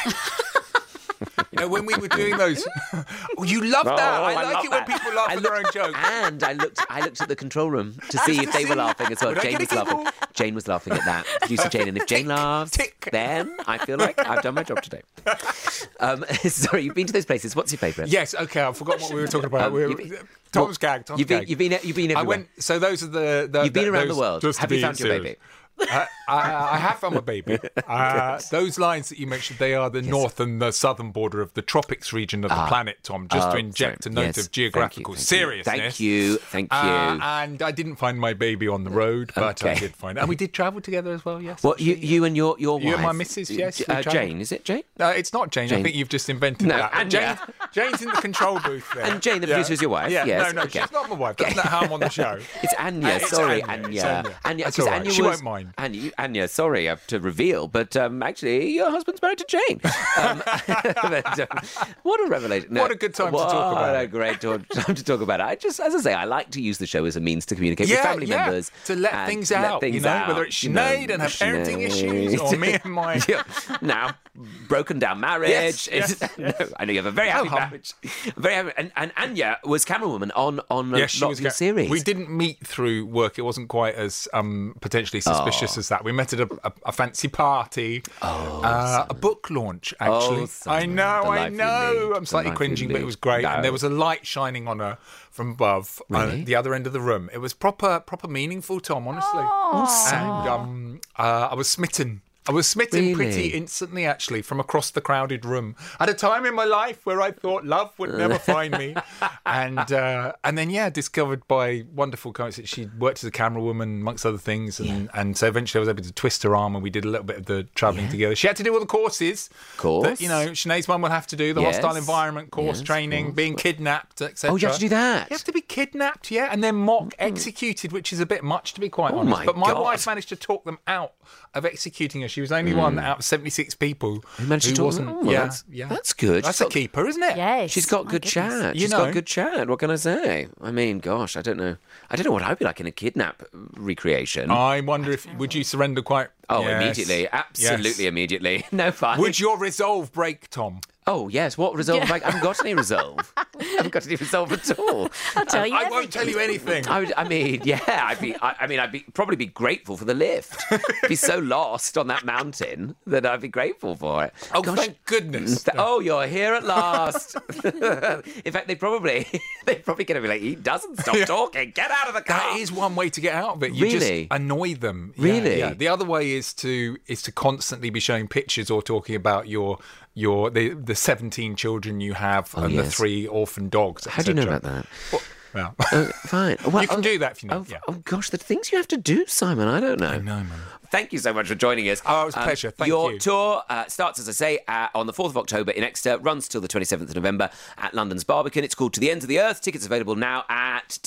You know, when we were doing those, oh, you love that.
Oh,
I, like
love
it
that.
when people laugh
I
at their own
looked-
jokes.
And I looked, I looked at the control room to see if they were laughing as well.
Would I
Jane
get a
was laughing.
giggle?
Jane was laughing at that. Producer Jane, and if Jane laughs,
tick.
then I feel like I've done my job today. Um, sorry, you've been to those places. What's your favourite?
Yes, okay, I forgot what we were talking about.
Um,
we were,
you've been-
Tom's
well,
gag. Tom's
you've been-
gag.
you've been- you've been
I
everywhere.
went. So those are the. the
You've been
the-
around
those-
the world.
just to
Have you
be
found your
serious.
baby?
I, I, I have found my baby. Uh, Those lines that you mentioned, they are the north and the southern border of the tropics region of the planet, Tom, just
Oh,
to inject
sorry.
a note
Yes,
of geographical
thank you,
seriousness.
Thank you. Thank you.
Uh,
Thank you.
and I didn't find my baby on the road, but I
Okay.
did find it. And we did travel together as well, yes.
Well, you,
actually,
you and your your
You
wife.
and my missus, yes,
Uh,
we tried.
Jane, is it Jane?
No, Uh, it's not Jane.
Jane.
I think you've just invented
No,
that.
and
Jane,
yeah.
Jane's in the control booth there.
And Jane, the
Yeah.
producer, is your wife,
Yeah,
yes,
no, no,
okay.
she's not my wife. That's not how I'm on the show.
It's Anya.
Uh, it's
sorry,
Anya,
Anya.
it's Anya.
Anya,
That's
'cause
all right,
Anya
she
was,
won't mind.
Anya, Anya, sorry I have to reveal, but um, actually, your husband's married to Jane. Um, but, um, what a revelation! No,
What a good time to talk about
What a
it.
great to- time to talk about it. I just, as I say, I like to use the show as a means to communicate with family members
to let
and
things
let
out, you
things
know,
out,
whether it's
you know,
Sinead and her parenting issues or
Sinead.
me and my.
Yeah. now broken down marriage.
Yes,
It's-
yes,
no, I know you have a very happy
Ho-hum.
marriage. Very happy. And, and Anya was camera woman on on a
Yes, she
lot
was
of your
go-
series.
We didn't meet through work. It wasn't quite as um, potentially suspicious
Oh.
as that. We met at a, a, a fancy party, uh, a book launch. Actually, I
Simon,
know,
Oh, the
I
life you
know.
lead,
I'm
the
slightly
life you
cringing, but
lead.
it was great.
No.
And there was a light shining on her from above, uh, the other end of the room. It was proper, proper meaningful, Tom. Honestly,
Oh.
and um, uh, I was smitten. I was smitten pretty
Really?
instantly, actually, from across the crowded room. At a time in my life where I thought love would never find me, and uh, and then yeah, discovered by wonderful coincidence she worked as a camera woman amongst other things, and, and so eventually I was able to twist her arm, and we did a little bit of the travelling together. She had to do all the courses,
Course.
that, you know, Sinead's one will have to do the
Yes.
hostile environment course,
Yes,
training,
course.
being kidnapped, etc.
Oh, you have to do that?
You have to be kidnapped, yeah, and then mock executed, which is a bit much to be quite
Oh
honest.
my
but my
God.
wife managed to talk them out of executing her. She was the only one out of seventy six people
Hmm. You managed
who
to talk
wasn't.
them- oh, well,
yeah,
that's-
yeah.
that's good.
That's
She's
a
got-
keeper, isn't it?
Yes.
She's got
my
good
goodness.
chat.
You
She's got
know.
good chat. What can I say? I mean, gosh, I don't know. I don't know what I'd be like in a kidnap recreation.
I wonder if would you surrender quite?
oh,
Oh, Yes.
immediately.
Yes.
Absolutely immediately. No fun.
Would your resolve break, Tom?
Oh, yes. What resolve? have I I haven't got any resolve. I haven't got any resolve at all.
I'll tell you.
I won't tell you anything.
I, would, I mean, yeah, I'd be. I, I mean, I'd be probably be grateful for the lift. be so lost on that mountain that I'd be grateful for it.
Oh,
Gosh.
thank goodness.
Th- oh, you're here at last. In fact, they probably they probably going to be like, he doesn't stop talking. Get out of the car.
That is one way to get out of it. You
Really?
just annoy them. Yeah,
Really?
Yeah. The other way is to is to constantly be showing pictures or talking about your your the, the seventeen children you have and the
Oh, yes.
three orphan dogs.
How do you know
etc..
about that?
Well,
Oh, fine. Well,
You can
oh,
do that if you know,
Oh,
yeah.
oh, gosh, the things you have to do, Simon. I don't know. Thank you so much for joining us. Um,
Oh, it was a pleasure. Thank
your
you.
tour uh, starts, as I say, uh, on the 4th of October in Exeter, runs till the 27th of November at London's Barbican. It's called To the Ends of the Earth. Tickets available now at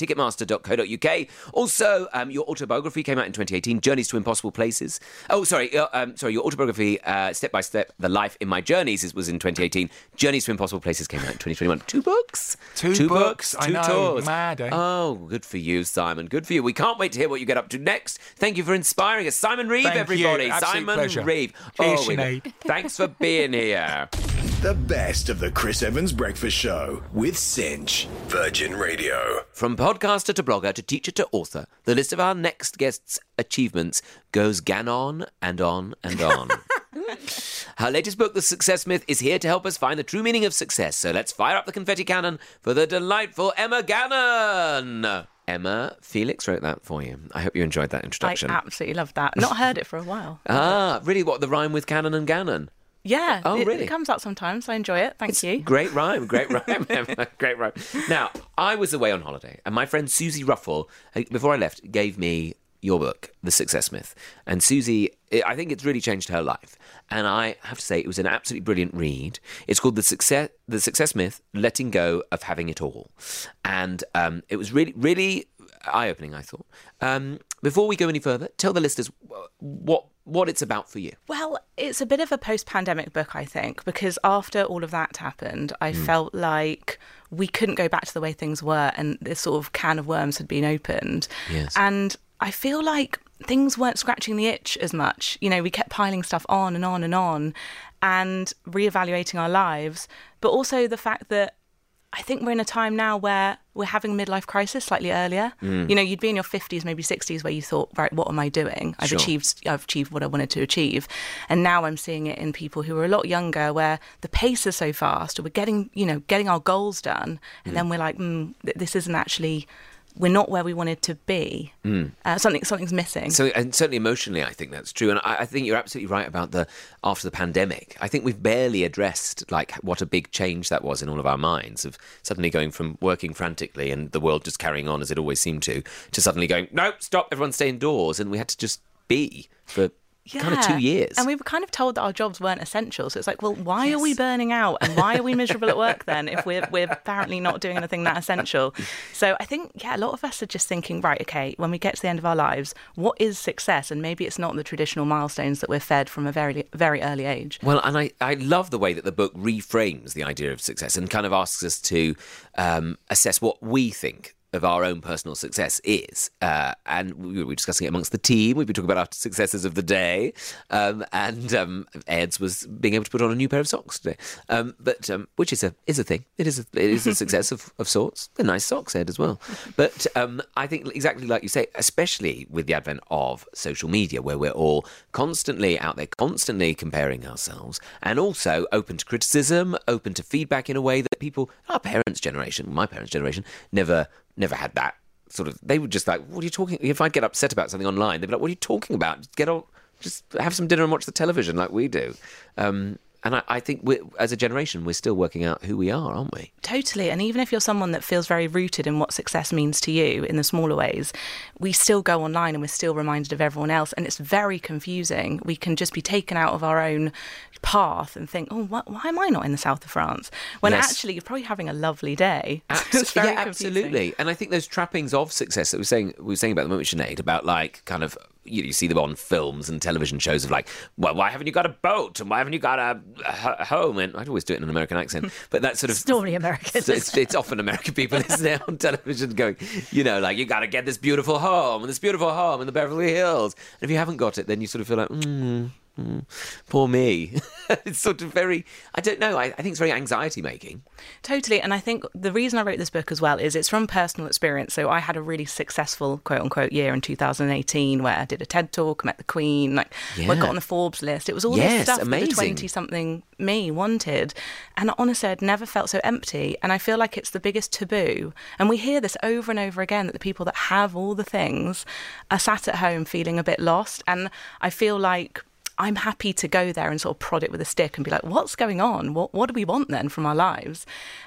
ticketmaster.co.uk. Also, um, your autobiography came out in 2018, Journeys to Impossible Places. Oh, sorry, uh, um, sorry, your autobiography, uh, Step by Step, The Life in My Journeys, is- was in 2018. Journeys to Impossible Places came out in 2021. Two books?
Two
books,
books, I
two
know,
tours.
mad, eh?
Oh, good for you, Simon. Good for you. We can't wait to hear what you get up to next. Thank you for inspiring us, Simon Oh, Reeve. Reeve,
Thank you.
everybody.
Absolute
Simon
pleasure.
Reeve.
Cheers,
we-
Sinead.
Thanks for being here.
The best of the Chris Evans Breakfast Show with Cinch. Virgin Radio.
From podcaster to blogger to teacher to author, the list of our next guest's achievements goes gan on and on and on. Her latest book, The Success Myth, is here to help us find the true meaning of success. So let's fire up the confetti cannon for the delightful Emma Gannon. Emma, Felix wrote that for you. I hope you enjoyed
I
that introduction.
absolutely love that. Not heard it for a while.
ah, really? What the rhyme with Cannon and Gannon?
Yeah.
Oh,
it,
really?
It comes out sometimes. I enjoy it. Thank you.
Great rhyme, great rhyme, Emma, great rhyme. Now, I was away on holiday, and my friend Susie Ruffle, uh, before I left, gave me your book, The Success Myth. And Susie, I- I think it's really changed her life. And I have to say, it was an absolutely brilliant read. It's called The Success, the Success Myth Letting Go of Having It All. And um, it was really, really eye opening, I thought. Um, before we go any further, tell the listeners wh- what, what it's about for you.
Well, it's a bit of a post pandemic book, I think, because after all of that happened, I felt like we couldn't go back to the way things were and this sort of can of worms had been opened.
Yes.
Ah,
And I feel like things weren't scratching the itch as much. You know, we kept piling stuff on and on and on and reevaluating our lives, but also the fact that I think we're in a time now where we're having a midlife crisis slightly earlier. You know, you'd be in your 50s, maybe 60s, where you thought, right, what am I doing? I've achieved, I've achieved what I wanted to achieve, and now I'm seeing it in people who are a lot younger, where the pace is so fast, we're getting, you know, getting our goals done, and then we're like, mm, th- this isn't actually, we're not where we wanted to be.
Mm.
Uh, something, something's missing.
So, and certainly emotionally, I think that's true. And I, I think you're absolutely right about the after the pandemic. I think we've barely addressed like what a big change that was in all of our minds of suddenly going from working frantically and the world just carrying on as it always seemed to, to suddenly going, nope, stop, everyone stay indoors. And we had to just be for kind of
Yeah.
two years.
And we were kind of told that our jobs weren't essential. So it's like, well, why are we burning out and why are we miserable at work then if we're we're apparently not doing anything that essential? So I think yeah, a lot of us are just thinking, right, okay, when we get to the end of our lives, what is success? And maybe it's not the traditional milestones that we're fed from a very very early age.
Well, and I, I love the way that the book reframes the idea of success and kind of asks us to um, assess what we think of our own personal success is. Uh, and we were discussing it amongst the team. We've been talking about our successes of the day. Um, and um, Ed's was being able to put on a new pair of socks today, um, but um, which is a is a thing. It is a, it is a success of, of sorts. They're nice socks, Ed, as well. But um, I think exactly like you say, especially with the advent of social media, where we're all constantly out there, constantly comparing ourselves, and also open to criticism, open to feedback in a way that people, our parents' generation, my parents' generation, never never had that sort of. They were just like, "What are you talking?" If I get upset about something online, they'd be like, "What are you talking about? Just Get on." Just have some dinner and watch the television like we do. Um, and I, I think we're, as a generation, we're still working out who we are, aren't we?
Totally. And even if you're someone that feels very rooted in what success means to you in the smaller ways, we still go online and we're still reminded of everyone else. And it's very confusing. We can just be taken out of our own path and think, oh, wh- why am I not in the south of France? When
Yes.
actually, you're probably having a lovely day.
Abs-
It's very
yeah,
confusing.
absolutely. And I think those trappings of success that we were saying we were saying about the moment Sinead about like kind of you, you see them on films and television shows of like, well, why haven't you got a boat and why haven't you got a, h- home? And I'd always do it in an American accent, but that sort of
normally American,
So it's, it's often American people is now on television going, you know, like you got to get this beautiful home and this beautiful home in the Beverly Hills. And if you haven't got it, then you sort of feel like, mm, mm, poor me. it's sort of very, I don't know. I, I think it's very anxiety making.
Totally. And I think the reason I wrote this book as well is it's from personal experience. So I had a really successful quote unquote year in 2018 where I did a TED talk, met the Queen, like I
Yeah.
got on the Forbes list. It was all
Yes,
this stuff that a
amazing.
20 something me wanted. And honestly, I'd never felt so empty. And I feel like it's the biggest taboo. And we hear this over and over again that the people that have all the things are sat at home feeling a bit lost. And I feel like I'm happy to go there and sort of prod it with a stick and be like, what's going on? What, what do we want then from our lives?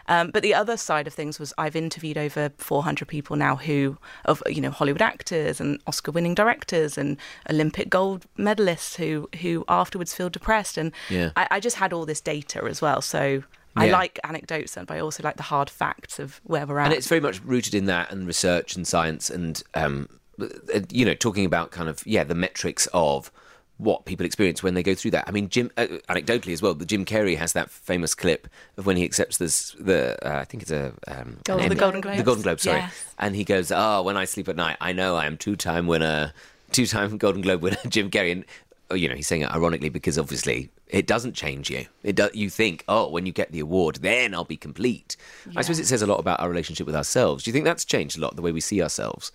Um, but the other side of things was I've interviewed over 400 people now who, of, you know, Hollywood actors and Oscar winning directors and Olympic gold medalists who, who afterwards feel depressed. And
Yeah.
I, I just had all this data as well. So I
Yeah.
like anecdotes, and but I also like the hard facts of where we're at.
and it's very much rooted in that and research and science and um, uh, you know talking about kind of yeah the metrics of what people experience when they go through that. I mean, Jim, uh, anecdotally as well, the Jim Carrey has that famous clip of when he accepts this the uh, I think it's a um,
Golden-
an
The Golden
Emmy-
Globes.
the Golden Globe, sorry,
Yes.
and he goes, "Oh, when I sleep at night, I know I am two-time winner, two-time Golden Globe winner Jim Carrey." And oh, you know, he's saying it ironically because obviously It doesn't change you. It do- you think, oh, when you get the award, then I'll be complete. I suppose it says a lot about our relationship with ourselves. Do you think that's changed a lot the way we see ourselves?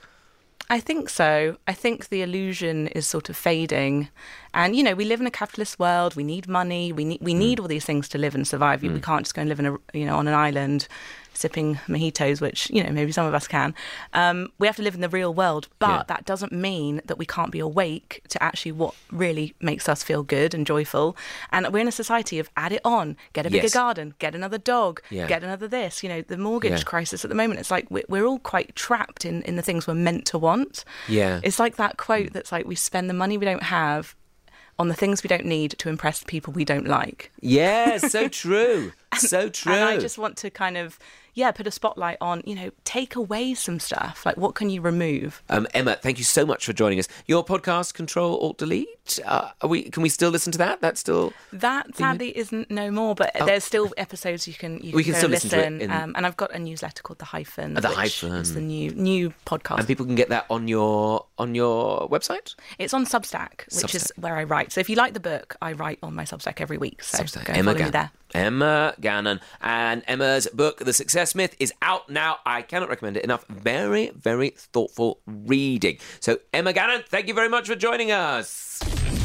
I think so. I think the illusion is sort of fading, and you know we live in a capitalist world. We need money. We
Hmm.
need we need all these things to live and survive. You We can't just go and live in a you know on an island, sipping mojitos, which you know maybe some of us can. Um, we have to live in the real world, but
Yeah.
that doesn't mean that we can't be awake to actually what really makes us feel good and joyful. And we're in a society of add it on, get a bigger
Yes.
garden, get another dog,
Yeah.
get another this. You know the mortgage
Yeah.
crisis at the moment. It's like we're, we're all quite trapped in in the things we're meant to want.
Yeah.
It's like that quote that's like, we spend the money we don't have on the things we don't need to impress the people we don't like.
Yeah, so true. so true.
And I just want to kind of, yeah, put a spotlight on, you know, take away some stuff. Like, what can you remove?
Um, Emma, thank you so much for joining us. Your podcast, Control Alt Delete, uh, are we? Can we still listen to that? That's still
That sadly isn't no more, but there's still episodes you can you
Oh. We
can,
can
go
still listen
listen.
to it in-
um, and I've got a newsletter called The Hyphen.
The
which
Hyphen.
is the new new podcast.
and people can get that on your on your website.
it's on Substack, which is
Substack.
where I write. So if you like the book, I write on my Substack every week. So
Substack.
go and
Emma
follow me
Gannon.
there.
Emma Gannon. And Emma's book, The Success Myth, is out now. I cannot recommend it enough. Very, very thoughtful reading. So, Emma Gannon, thank you very much for joining us.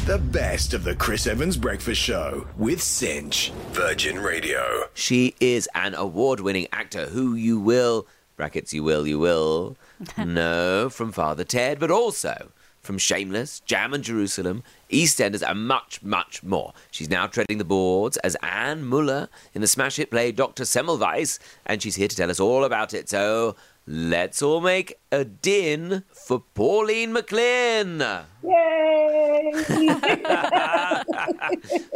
The best of the Chris Evans Breakfast Show with Cinch. Virgin Radio.
She is an award winning actor who you will, brackets, you will, you will, know from Father Ted, but also from Shameless, Jam and Jerusalem, EastEnders, and much, much more. She's now treading the boards as Anne Muller in the smash hit play Dr. Semmelweis, and she's here to tell us all about it. So let's all make a din for Pauline McLean.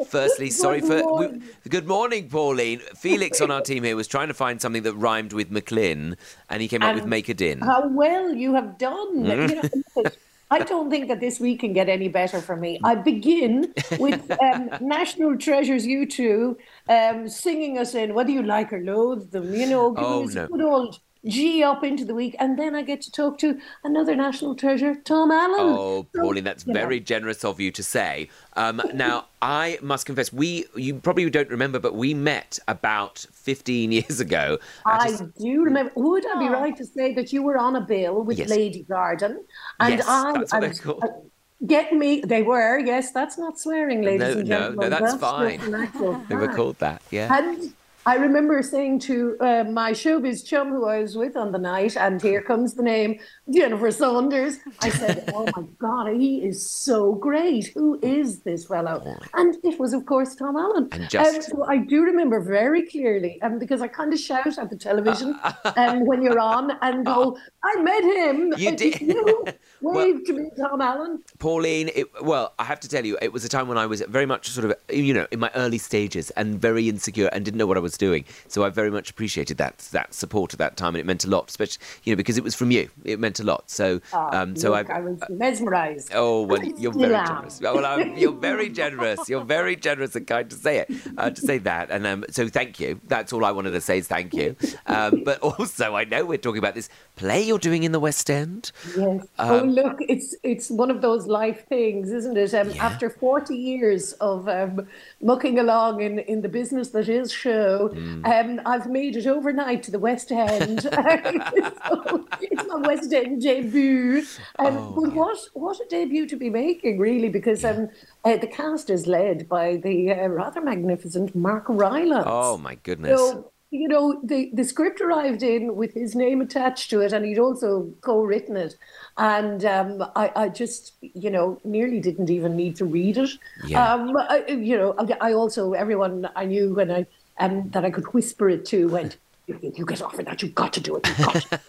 Firstly, sorry for. we- good morning, Pauline. Felix on our team here was trying to find something that rhymed with McLean, and he came up with Make a Din.
How well Um, you have done.
Mm.
You know, I don't think that this week can get any better for me. I begin with um, National Treasures, you two, um, singing us in Whether You Like or Loathe Them, you know, giving
Oh,
us
no.
a good old G up into the week. And then I get to talk to another National Treasure, Tom Allen.
Oh,
So,
Pauline, that's
you know.
very generous of you to say. Um, now, I must confess, we you probably don't remember, but we met about 15 years ago. at
I
a-
do remember. Would I be
Oh.
right to say that you were on a bill with
Yes.
Lady Garden? And
Yes,
I,
that's what
I
they're
was-
called.
uh, Get me. They were. Yes, that's not swearing, ladies
No,
and
no, no,
gentlemen.
that's
just
fine.
an actual
we were
fact.
called that, yeah.
And I remember saying to uh, my showbiz chum who I was with on the night, and here comes the name Jennifer Saunders. I said, "Oh my God, he is so great! Who is this fellow?" And it was, of course, Tom Allen.
And just-
Um, so I do remember very clearly, um, because I kind of shout at the television um, when you're on and go, "I met him."
Oh. You
It
did.
was You waved
Well-
to me, Tom Allen.
Pauline, it, well, I have to tell you, it was a time when I was very much sort of, you know, in my early stages and very insecure and didn't know what I was doing. So I very much appreciated that that support at that time, and it meant a lot, especially you know because it was from you. It meant a lot. So, um, so
Oh, Ah, Look,
I,
I was mesmerised.
Oh, well,
Please
you're very
laugh.
generous. Well, um, you're very generous. You're very generous and kind to say it, uh, to say that. And um, so, thank you. That's all I wanted to say is thank you. Um, but also, I know we're talking about this play you're doing in the West End.
Yes. oh,
um,
look, it's it's one of those life things, isn't it? Um, After 40 years of um, mucking along in, in the business that is show,
Mm.
um, I've made it overnight to the West End. So it's my West End debut. Um,
Oh,
but what, what a debut to be making, really, because um, uh, the cast is led by the uh, rather magnificent Mark Rylance.
Oh my goodness.
So, you know, the, the script arrived in with his name attached to it, and he'd also co written it. And um, I, I just, you know, nearly didn't even need to read it.
Yeah.
Um, I, you know, I, I also, everyone I knew when I, um, that I could whisper it to went, "You- you get offered that, you've got to do it, you've got to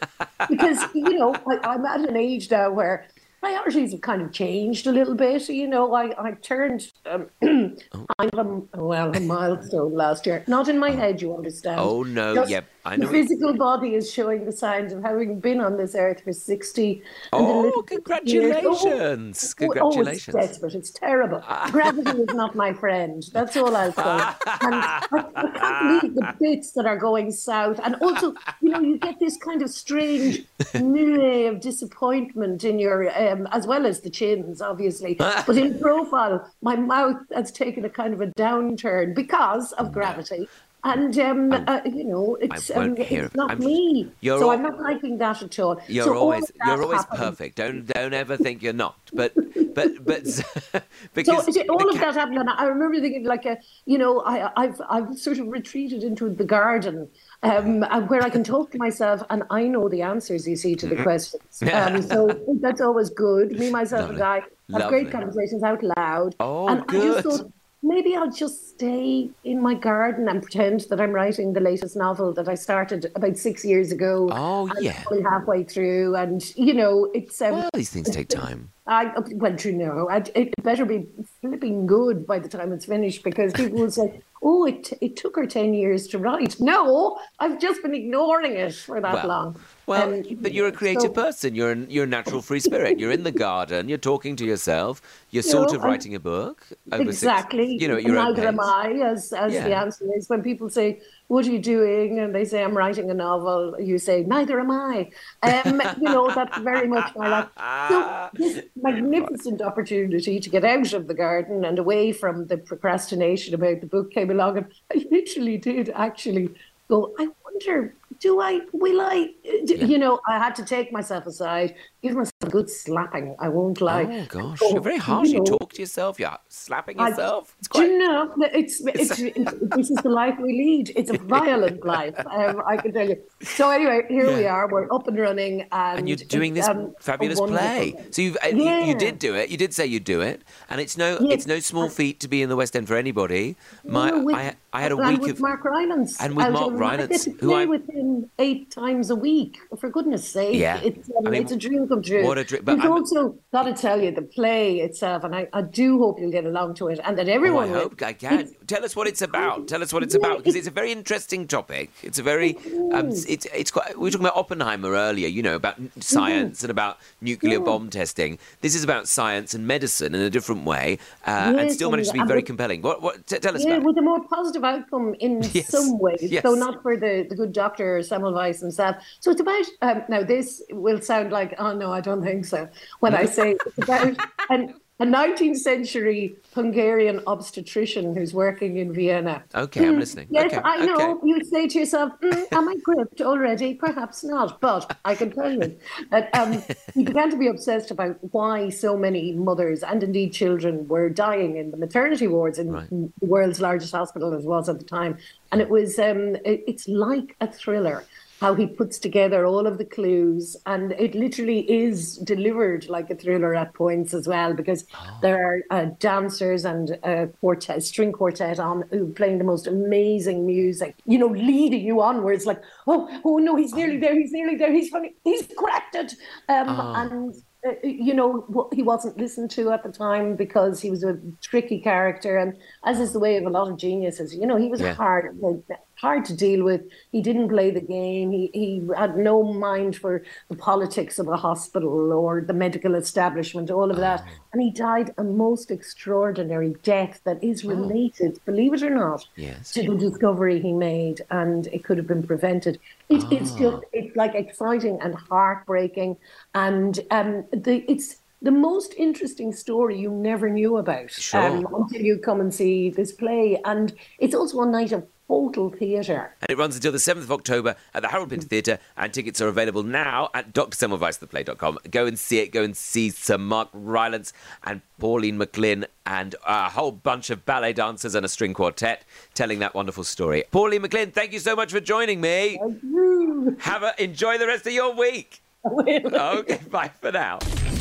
because you know I, I'm at an age now where priorities have kind of changed a little bit. You know, I I turned um,
Oh.
I'm a, well a milestone last year, not in my head, you understand.
Oh, no,
Just
yep, I
the
know.
physical body is showing the signs of having been on this earth for sixty. and a
oh,
little bit years. Oh,
congratulations! Congratulations.
Oh, it's desperate. It's terrible. Gravity is not my friend. That's all I'll say. And I, I can't believe
Ah.
the bits that are going south. And also, you know, you get this kind of strange melee of disappointment in your uh, um, as well as the chins, obviously. but in profile, my mouth has taken a kind of a downturn because of gravity. And um, uh, you know, it's, um,
won't hear
it's not
I'm-
me,
You're
so
al-
I'm not liking that at all.
You're
So all
always
of that
you're always
happened.
perfect. Don't don't ever think you're not. But but but because
so is it- all
the
of that happened, and I remember thinking, like, a, you know, I, I've I've sort of retreated into the garden um, and where I can talk to myself, and I know the answers. You see to
Mm-hmm.
the questions, um, so that's always good. Me, myself, and I have
Lovely.
great conversations out loud.
Oh,
and I just
good.
thought maybe I'll just stay in my garden and pretend that I'm writing the latest novel that I started about six years ago.
Oh,
and
yeah.
probably halfway through, and you know, it's um,
Well, these things take time.
I well, do you know, I, it better be flipping good by the time it's finished because people will say, "Oh, it it took her ten years to write." No, I've just been ignoring it for that
Well,
long.
Well,
Um,
but you're a creative
so-
person. You're an, you're a natural free spirit. You're in the garden. You're talking to yourself. You're sort
know, and-
of writing a book. Over
exactly.
Six, you know, at your own
neither am
pace.
I. As as the
Yeah.
answer is, when people say, "What are you doing?" and they say, "I'm writing a novel," you say, "Neither am I." Um, you know, that's very much my life. So this magnificent opportunity to get out of the garden and away from the procrastination about the book came along, and I literally did actually go. I wonder. Do I, will I, do, you know, I had to take myself aside, give myself a good slapping. I won't lie.
Oh gosh,
Oh,
you're very harsh. You
know,
talk to yourself. You're slapping
I-
yourself. It's
do
quite.
you know that it's, it's, it's this is the life we lead. It's a violent life, um, I can tell you. So anyway, here we are. We're up and running, and,
And you're doing this
it's, um, a
fabulous
wonderful
play.
thing.
So you've, uh, you you
Yeah.
did do it. You did say you do it, and it's no
Yes.
it's no small feat to be in the West End for anybody. My
You know, with-
I, I had a
and
week
with
of oh,
Mark Rylance.
and with
I was
Mark
over- I get
Rylance,
to
who
play
I-
with him eight times a week. For goodness' sake,
Yeah.
it's, um,
I mean,
it's a dream come true.
what a dream- but
We've
I'm-
also got to tell you the play itself, and I, I do hope you'll get along to it, and that
Oh, I
everyone. will.
hope I can. Tell us what it's about. Tell us what it's
Yeah,
about because
it-
it's a very interesting topic. It's a very um,
is.
it's it's quite. We were talking about Oppenheimer earlier, you know, about n- science and about nuclear bomb testing. This is about science and medicine in a different way, uh, and
Yes,
still managed to be
and-
very
and-
compelling. What what? T- tell us
Yeah,
about. it.
with a more positive outcome in
Yes,
some ways.
yes.
So not for the, the good doctor Semmelweis himself. So it's about um, now. This will sound like oh no, I don't think so. When I say it's about an, a 19th century Hungarian obstetrician who's working in Vienna.
Okay, I'm listening.
Yes,
okay,
I know.
Okay.
You say to yourself, "Mm, "Am I gripped already? Perhaps not." But I can tell you that um, he began to be obsessed about why so many mothers and indeed children were dying in the maternity wards in
Right.
the world's largest hospital, as was at the time. And it was um, it- it's like a thriller. How he puts together all of the clues, and it literally is delivered like a thriller at points as well, because there are uh, dancers and a quartet, string quartet on who are playing the most amazing music, you know, leading you onwards like, oh, oh no, he's nearly there, he's nearly there, he's funny, he's cracked it. Um, And, uh, you know, wh- he wasn't listened to at the time because he was a tricky character. And as is the way of a lot of geniuses, you know, he was
Yeah.
hard, like, hard to deal with. He didn't play the game. He, he had no mind for the politics of a hospital or the medical establishment, all of that. And he died a most extraordinary death that is related, believe it or not,
Yes.
to the discovery he made, and it could have been prevented. It,
Ah.
It's just it's like exciting and heartbreaking, and um, the it's the most interesting story you never knew about
Sure.
um, until you come and see this play, and it's also a night of total theatre.
And it runs until the 7th of October at the Harold Pinter Theatre, and tickets are available now at drsemmelweistheplay.com. Go and see it. Go and see Sir Mark Rylance and Pauline McLean and a whole bunch of ballet dancers and a string quartet telling that wonderful story. Pauline McLean, thank you so much for joining me. Have a enjoy the rest of your week. Okay, bye for now.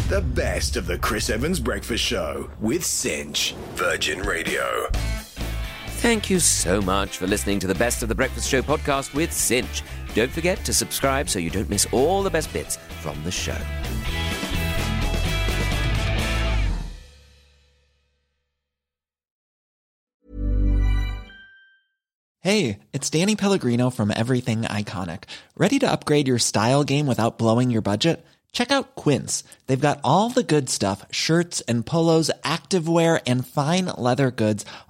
The best of the Chris Evans Breakfast Show with Cinch. Virgin Radio.
Thank you so much for listening to the Best of the Breakfast Show podcast with Cinch. Don't forget to subscribe so you don't miss all the best bits from the show.
Hey, it's Danny Pellegrino from Everything Iconic. Ready to upgrade your style game without blowing your budget? Check out Quince. They've got all the good stuff shirts and polos, activewear, and fine leather goods,